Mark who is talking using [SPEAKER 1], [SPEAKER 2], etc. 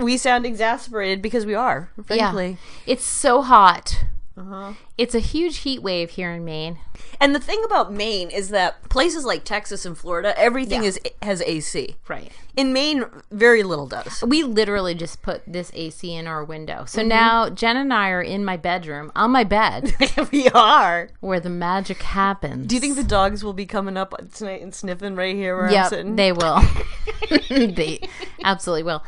[SPEAKER 1] We sound exasperated because we are, frankly.
[SPEAKER 2] Yeah. It's so hot.
[SPEAKER 1] Uh-huh.
[SPEAKER 2] It's a huge heat wave here in Maine.
[SPEAKER 1] And the thing about Maine is that places like Texas and Florida, everything
[SPEAKER 2] Yeah.
[SPEAKER 1] is has AC.
[SPEAKER 2] Right.
[SPEAKER 1] In Maine, very little does.
[SPEAKER 2] We literally just put this AC in our window. So
[SPEAKER 1] Mm-hmm.
[SPEAKER 2] now Jen and I are in my bedroom, on my bed,
[SPEAKER 1] we are.
[SPEAKER 2] where the magic happens.
[SPEAKER 1] Do you think the dogs will be coming up tonight and sniffing right here where I'm
[SPEAKER 2] Yep,
[SPEAKER 1] sitting?
[SPEAKER 2] they will. they absolutely will.